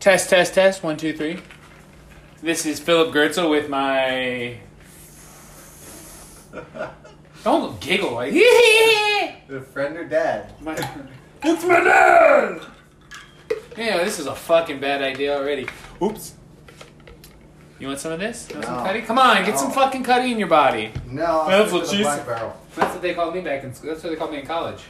Test, test, test. One, two, three. This is Philip Gertzel with my. Don't giggle like. The friend or dad? my... It's my dad! Yeah, this is a fucking bad idea already. Oops. You want some of this? You want some No. cutty? Come on, get some No. fucking cutty in your body. No, I'll That's stick what with the she black said. barrel. That's what they called me back in school. That's what they called me in college.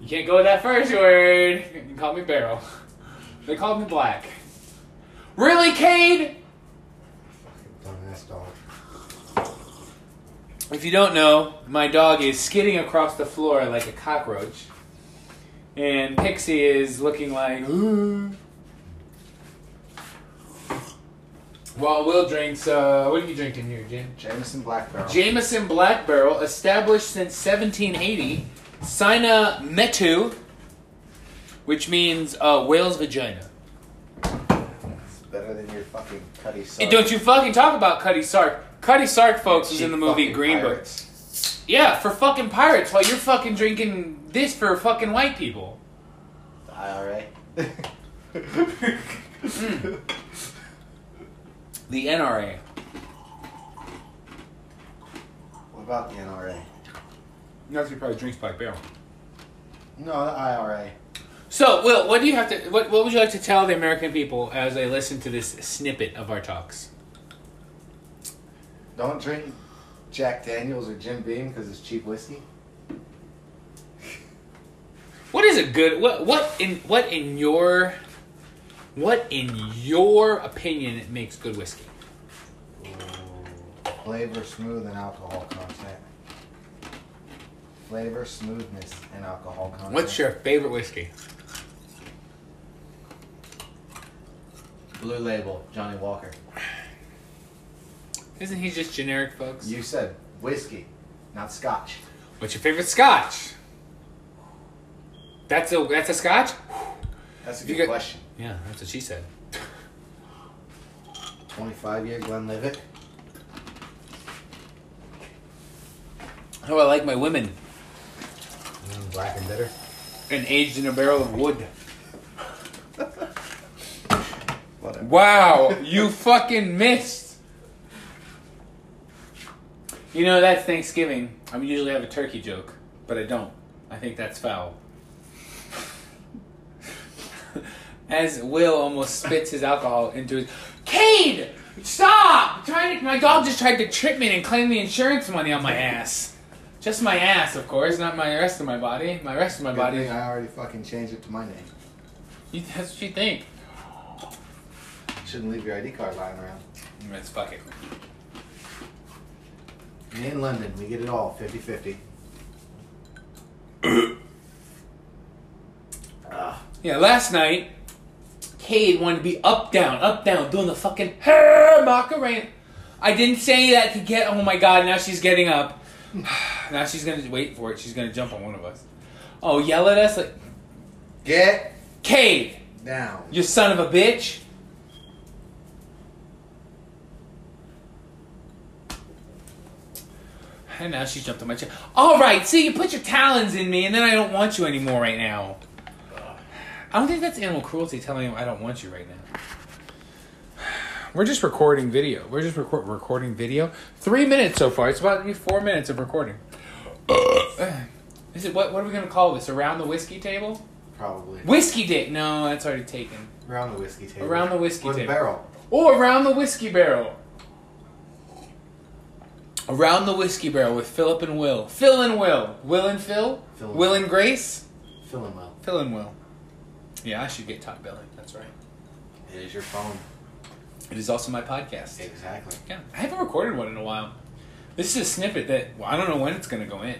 You can't go with that first word. You call me barrel. They called me black. Really, Cade? Dumbass dog. If you don't know, my dog is skidding across the floor like a cockroach. And Pixie is looking like, "Ooh." While Will drinks, uh, what are you drinking here, Jim? Jameson Black Barrel. Jameson Black Barrel, established since 1780, Sina Metu, which means uh, whale's vagina. It's better than your fucking Cuddy Sark. And don't you fucking talk about Cuddy Sark. Cuddy Sark, folks, was Cheap in the movie fucking Green Book. pirates. Yeah, for fucking pirates while you're fucking drinking this for fucking white people. The IRA. The NRA. what about the NRA? That's who probably drinks Black Barrel. No, the IRA. So, Will, what do you have to? What, what would you like to tell the American people as they listen to this snippet of our talks? Don't drink Jack Daniels or Jim Beam because it's cheap whiskey. What is a good? What what in what in your what in your opinion makes good whiskey? Flavor, smooth, and alcohol content. Flavor, smoothness, and alcohol content. What's your favorite whiskey? blue label, Johnny Walker? Isn't he just generic, folks? You said whiskey, not scotch. What's your favorite Scotch? That's a that's a Scotch. That's a You good got- question. Yeah, that's what she said. 25 year Glenlivet. How Oh, I like my women. Mm, black and bitter. and aged in a barrel of wood. Whatever. Wow, you fucking missed. You know that's Thanksgiving. I usually have a turkey joke, but I don't. I think that's foul. As Will almost spits his alcohol into his Cade, stop! Trying to, my dog just tried to trip me and claim the insurance money on my ass. Just my ass, of course, not my rest of my body. My rest of my Good body thing I already fucking changed it to my name. You, that's what you think. Shouldn't leave your ID card lying around. Let's fuck it. Me and London, we get it all 50 50. Yeah, last night, Cade wanted to be up, down, up, down, doing the fucking hair macarena. I didn't say that to get. Oh my god! Now she's getting up. now she's gonna wait for it. She's gonna jump on one of us. Oh, yell at us like, Get Cade, down. you son of a bitch. And now she's jumped on my chair. All right, see, you put your talons in me, and then I don't want you anymore right now. I don't think that's animal cruelty telling him I don't want you right now. We're just recording video. We're just record- recording video. Three minutes so far. It's about to be four minutes of recording. Is it what? What are we gonna call this? Around the whiskey table? Probably. Whiskey date? No, that's already taken. Around the whiskey table. Around the whiskey or the table. barrel. Or around the whiskey barrel. Around the whiskey barrel with Philip and Will. Phil and Will. Will and Phil. Phil and Will Will. and Grace. Feeling well. Phil and Will. Yeah, I should get top billing. That's right. It is your phone. It is also my podcast. Exactly. Yeah, I haven't recorded one in a while. This is a snippet that well, I don't know when it's going to go in.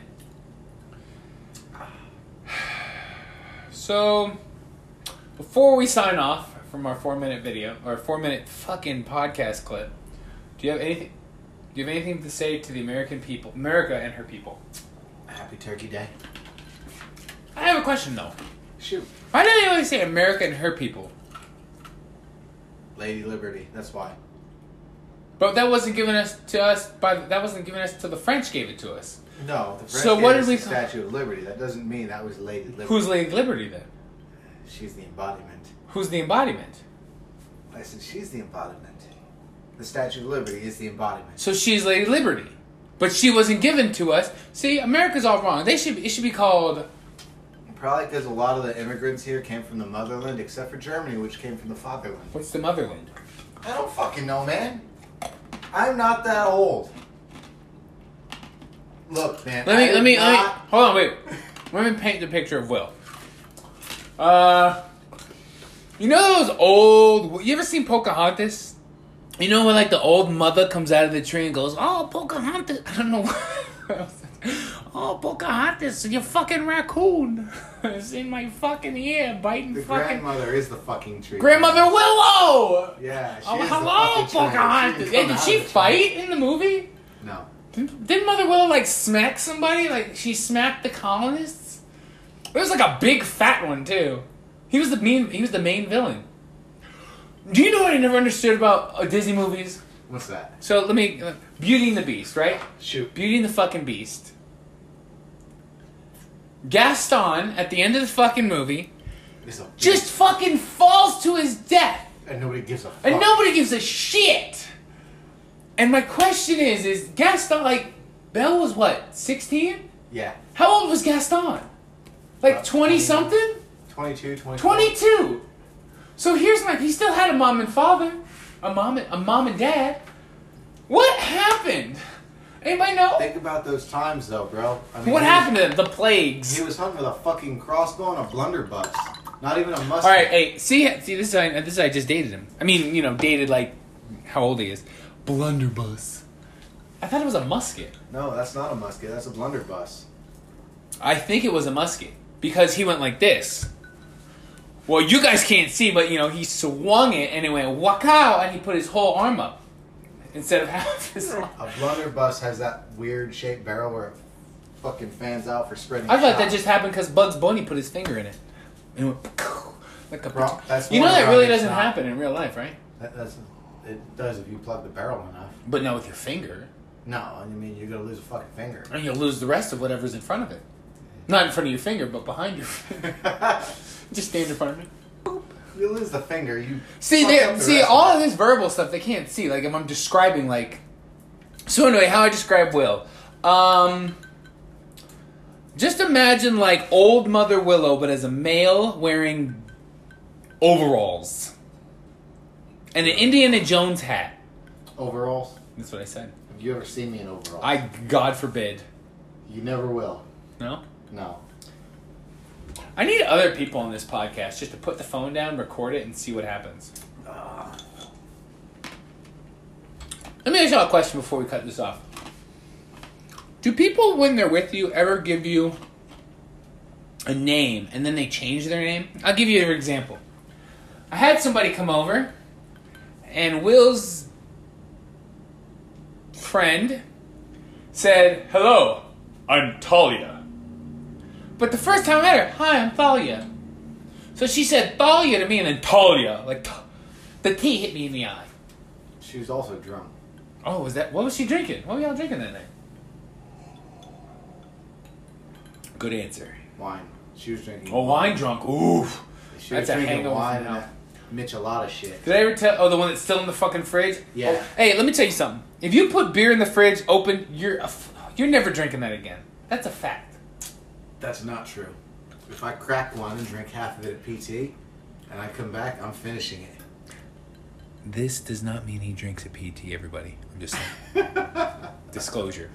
So, before we sign off from our four-minute video or four-minute fucking podcast clip, do you have anything? Do you have anything to say to the American people, America and her people? Happy Turkey Day. I have a question though. Shoot. Why do they always say America and her people? Lady Liberty. That's why. But that wasn't given us to us by that wasn't given us till the French gave it to us. No. The French So gave what us did we- the Statue of Liberty. That doesn't mean that was Lady Liberty. Who's Lady Liberty then? she's the embodiment. Who's the embodiment? I said, she's the embodiment. The Statue of Liberty is the embodiment. So she's Lady Liberty, but she wasn't given to us. See, America's all wrong. They should it should be called Probably because a lot of the immigrants here came from the motherland, except for Germany, which came from the fatherland. what's the motherland? I don't fucking know, man. I'm not that old. Look, man. Let me I let am me let me not- hold on wait. Let me paint the picture of Will. Uh, you know those old. You ever seen Pocahontas? You know when like the old mother comes out of the tree and goes, "Oh, Pocahontas!" I don't know. what- oh, Pocahontas, you fucking raccoon! it's in my fucking ear, biting The fucking grandmother is the fucking tree. grandmother Willow. Yeah. She Oh, is the hello, fucking tree. Pocahontas. didn't Hey, come did out she of the fight in the movie? tree. No. Didn't, didn't Mother Willow like smack somebody? Like she smacked the colonists? There was like a big fat one too. He was the mean. He was the main villain. Do you know what I never understood about uh, Disney movies? What's that? So let me. Uh, Beauty and the Beast, right? Shoot. Beauty and the fucking Beast. Gaston at the end of the fucking movie It's a just fucking falls to his death. and nobody gives a fuck. And nobody gives a shit. And my question is, is Gaston like Belle was what, sixteen? Yeah. How old was Gaston? Like About twenty 20. something? 22, 24. Twenty two. So here's my he still had a mom and father. A mom and a mom and dad. What happened? Anybody know? Think about those times, though, bro. I mean, What he- happened to them? The He plagues. was hung with a fucking crossbow and a blunderbuss. Not even a mustang. Alright, hey, see see this is how I- this is how I just dated him. I mean, you know, dated like how old he is. Blunderbuss. I thought it was a musket. No, that's not a musket. That's a blunderbuss. I think it was a musket because he went like this. Well, you guys can't see, but you know he swung it and it went wakao, and he put his whole arm up instead of half his arm. A blunderbuss has that weird shaped barrel where it fucking fans out for spreading. I thought that shot. just happened because Bugs Bunny put his finger in it and it went "Pow," like a. Bro, that's you know one that drum, really it's doesn't not- happen in real life, right? That, that's it does if you plug the barrel enough. But not with your finger, No, I mean you're gonna lose a fucking finger. and you'll lose the rest of whatever's in front of it. Not in front of your finger, but behind your. finger. just stand in front of it. you lose the finger. You See, fuck they, up the see rest all it. of this verbal stuff they can't see. Like if I'm describing, like so. Anyway, how I describe Will. Um, just imagine like old Mother Willow, but as a male wearing overalls and an Indiana Jones hat. overalls. That's what I said. Have you ever seen me in overalls? I God forbid. You never will. No, No. I need other people on this podcast just to put the phone down, record it, and see what happens. Let me ask y'all a question before we cut this off. Do people, when they're with you, ever give you a name and then they change their name? I'll give you an example. I had somebody come over, and Will's friend said, Hello, I'm Talia. But the first time I met her, Hi, I'm Thalia. So she said Thalia to me and then Talia. Like, t- the T hit me in the eye. She was also drunk. Oh, was that what was she drinking? What were y'all drinking that night? Good answer. Wine. She was drinking. Oh, wine drunk. Oof. She was That's a drinking hangover wine from and that Michelada shit. Did I ever tell? Oh, the one that's still in the fucking fridge. Yeah. Oh, hey, let me tell you something. If you put beer in the fridge open, you're a f- you're never drinking that again. That's a fact. That's not true. If I crack one and drink half of it at PT, and I come back, I'm finishing it. This does not mean he drinks a PT. Everybody, I'm just saying. disclosure.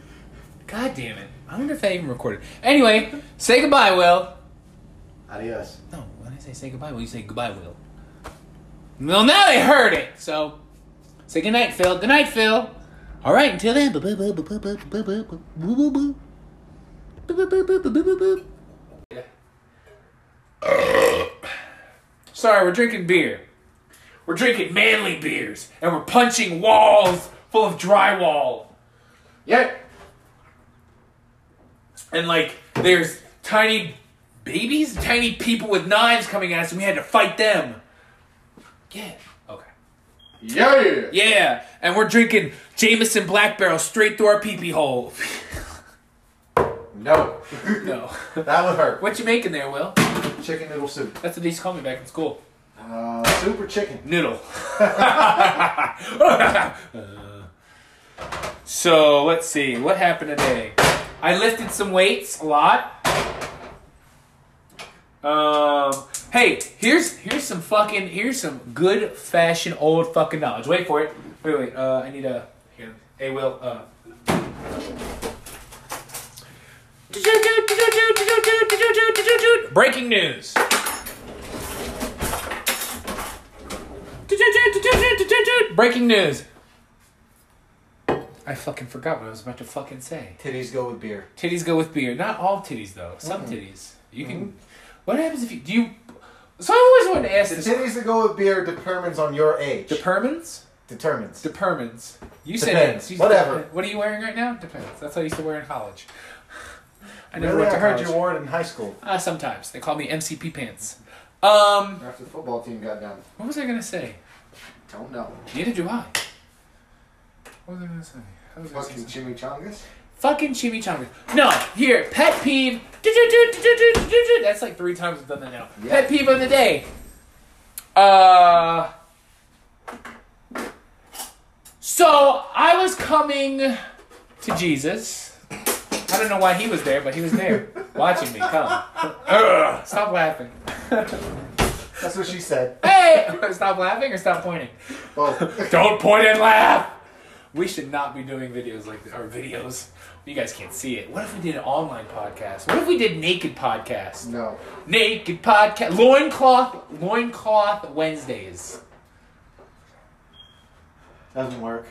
God damn it! I wonder if that even recorded. Anyway, say goodbye, Will. Adios. No, when I say say goodbye, will you say goodbye, Will? Well, now they heard it, so say goodnight, Phil. Goodnight, Phil. All right, until then. Sorry, we're drinking beer. We're drinking manly beers, and we're punching walls full of drywall. Yeah. And like, there's tiny babies, tiny people with knives coming at us, and we had to fight them. Yeah. Okay. Yeah. Yeah, and we're drinking Jameson Black Barrel straight through our peepee hole. No. no. that would hurt. What you making there, Will? chicken noodle soup. That's what they used to call me back in school. Uh, soup or chicken? Noodle. so let's see. What happened today? I lifted some weights a lot. Um. Hey, here's here's some fucking here's some good fashioned old fucking knowledge. Wait for it. Wait, wait. Uh, I need a. Here. Hey, Will. Uh. Breaking news. Breaking news. I fucking forgot what I was about to fucking say. Titties go with beer. Titties go with beer. Not all titties though. Some titties. You can. What happens if you do you? So I always wanted to ask The this. titties that go with beer determines on your age. Depermins? determines. Depermins. You said Depends. it. You Whatever. said- What are you wearing right now? Depends. That's what I used to wear in college. I never Really, went I to heard college. you wore it in high school Uh, sometimes they call me MCP pants. Um, after the football team got done. what was I gonna say? Don't know. Neither do I. What was I gonna say? I was gonna say Fucking something. chimichangas. Fucking chimichanga. No, here, pet peeve. Do-do-do-do-do-do-do-do. That's like three times I've done that now. Yeah. Pet peeve of the day. Uh. So I was coming to Jesus. I don't know why he was there, but he was there watching me come. Ugh, stop laughing. That's what she said. Hey! Stop laughing or stop pointing. Oh, Don't point and laugh. We should not be doing videos like this, or videos. You guys can't see it. What if we did an online podcast? What if we did naked podcast? no. Naked podcast. Loincloth. Loincloth Wednesdays. Doesn't work.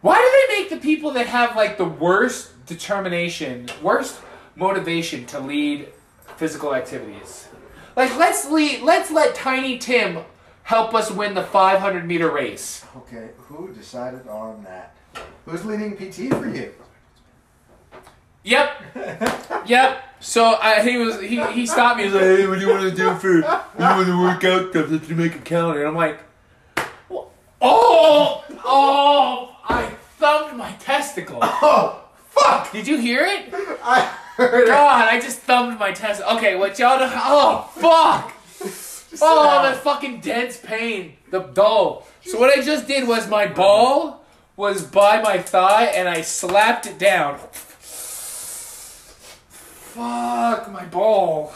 Why do they make the people that have like the worst determination, worst motivation to lead physical activities? Like let's lead, let's let Tiny Tim help us win the 500 meter race. Okay, who decided on that? Who's leading PT for you? Yep. Yep. So I, he was he, he stopped me. He was like, "Hey, what do you want to do for you want to work out stuff? Let's make a calendar." And I'm like, "Wha- "Oh, oh!" I thumbed my testicle. Oh, fuck! Did you hear it? I heard it. God, I just thumbed my testicle. Okay, what y'all? Do- oh, fuck! Oh, the fucking dense pain, the dull. So what I just did was my ball was by my thigh, and I slapped it down. Fuck my ball.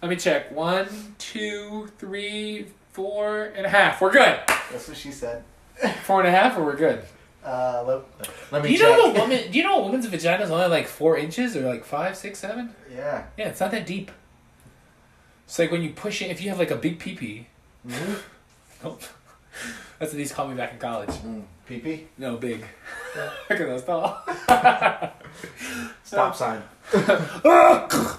Let me check. One, two, three, four and a half. We're good. That's what she said. Four and a half, or we're good. Uh, let, let me Do you check. know a woman? Do you know a woman's vagina is only like four inches, or like five, six, seven? Yeah. Yeah, it's not that deep. It's like when you push it, if you have like a big pee pee. Mhm. Nope. That's what these called me back in college. Mm. PP. No, big. Look at those tall. Stop sign. Yeah,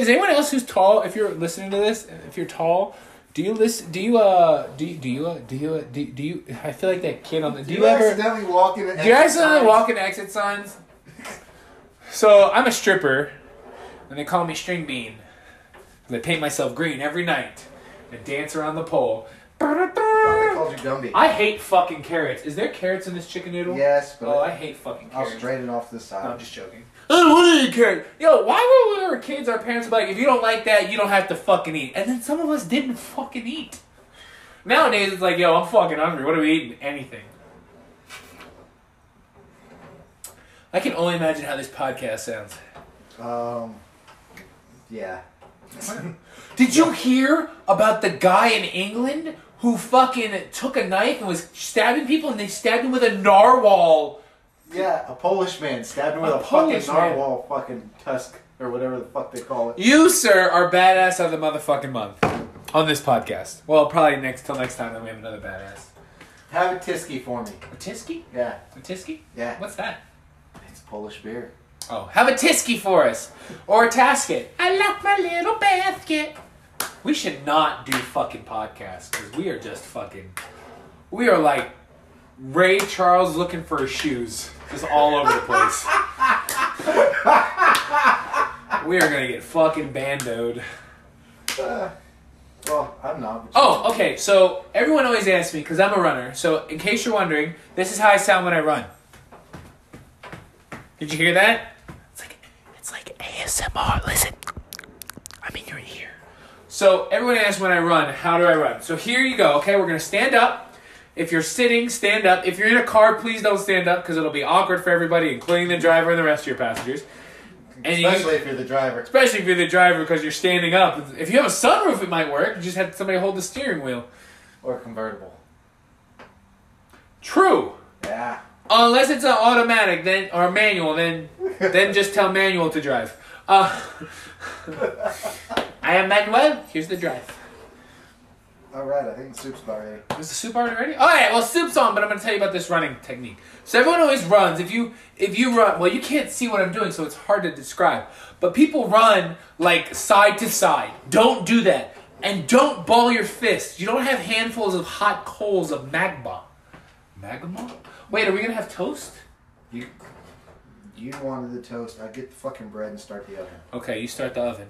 Is anyone else who's tall? If you're listening to this, if you're tall, do you listen? Do you uh? Do you, do you uh, do you uh, do, do you? I feel like that kid on the. Do you, ever? accidentally walk in? Do you accidentally walk into exit signs? So I'm a stripper, and they call me string bean. And I paint myself green every night and dance around the pole. I called you Gumby. I hate fucking carrots. Is there carrots in this chicken noodle? yes, but Oh, I hate fucking I'll carrots. straight it off the side. No, I'm just joking. I don't want to eat carrot. Yo, why were when we were kids, our parents were like, if you don't like that, you don't have to fucking eat. And then some of us didn't fucking eat. Nowadays, it's like, yo, I'm fucking hungry. What are we eating? Anything. I can only imagine how this podcast sounds. Um, yeah. Did you hear about the guy in England who fucking took a knife and was stabbing people and they stabbed him with a narwhal? Yeah, a Polish man stabbed him with A a, Polish fucking man. narwhal fucking tusk or whatever the fuck they call it. You, sir, are badass of the motherfucking month on this podcast. Well, probably next till next time that we have another badass. Have a tisky for me. A tisky? Yeah, A tisky? yeah. What's that? It's Polish beer. Oh, have a tisky for us or a tasket. I left my little basket. We should not do fucking podcasts because we are just fucking. We are like Ray Charles looking for his shoes, just all over the place. we are gonna get fucking bandoed. Uh, well, I'm not. but you- Oh, okay. So everyone always asks me because I'm a runner. So in case you're wondering, this is how I sound when I run. Did you hear that? It's like it's It's like ASMR. Listen, I'm in your ear. So everyone asks when I run, how do I run? So here you go. Okay, we're gonna stand up. If you're sitting, stand up. If you're in a car, please don't stand up because it'll be awkward for everybody, including the driver and the rest of your passengers. And you- Especially if you're the driver. especially if you're the driver because you're standing up. If you have a sunroof, it might work. You just have somebody hold the steering wheel. Or convertible. True. Yeah. Unless it's an automatic, then or manual, then then just tell manual to drive. Uh, I am Manuel. Here's the drive. Alright, I think the soup's about ready. Is the soup already ready? All right. Well, soup's on, but I'm gonna tell you about this running technique. So everyone always runs. If you if you run, well, you can't see what I'm doing, so it's hard to describe. But people run like side to side. Don't do that, and don't ball your fists. You don't have handfuls of hot coals of magma. Magma? Wait, are we gonna have toast? You you wanted the toast. I get the fucking bread and start the oven. Okay, you start the oven.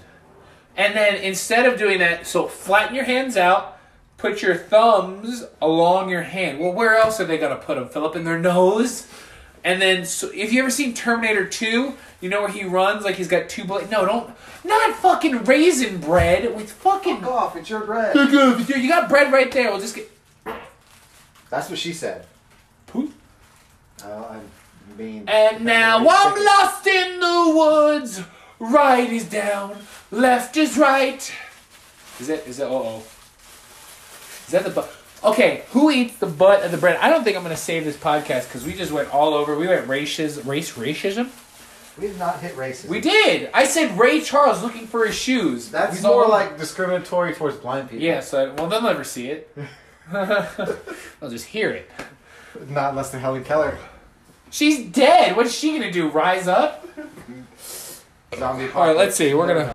And then instead of doing that, so flatten your hands out, put your thumbs along your hand. Well, where else are they going to put them? Philip, in their nose? And then, so, if you ever seen Terminator 2, you know where he runs like he's got two blades. No, don't. Not fucking raisin bread with fucking. Fuck off! It's your bread. Dude, you got bread right there. We'll just get. That's what she said. Poop. Uh, I mean. And now I'm lost in the woods. Right is down, left is right. Is that is that uh oh? Is that the butt? Okay, who eats the butt of the bread? I don't think I'm gonna save this podcast because we just went all over. We went races, race racism. We did not hit racism. We did. I said Ray Charles looking for his shoes. That's We more all- like discriminatory towards blind people. yeah. So well, they'll never see it. they'll just hear it. Not less than Helen Keller. She's dead. What's she gonna do? Rise up? Zombie All right. Let's see. We're gonna.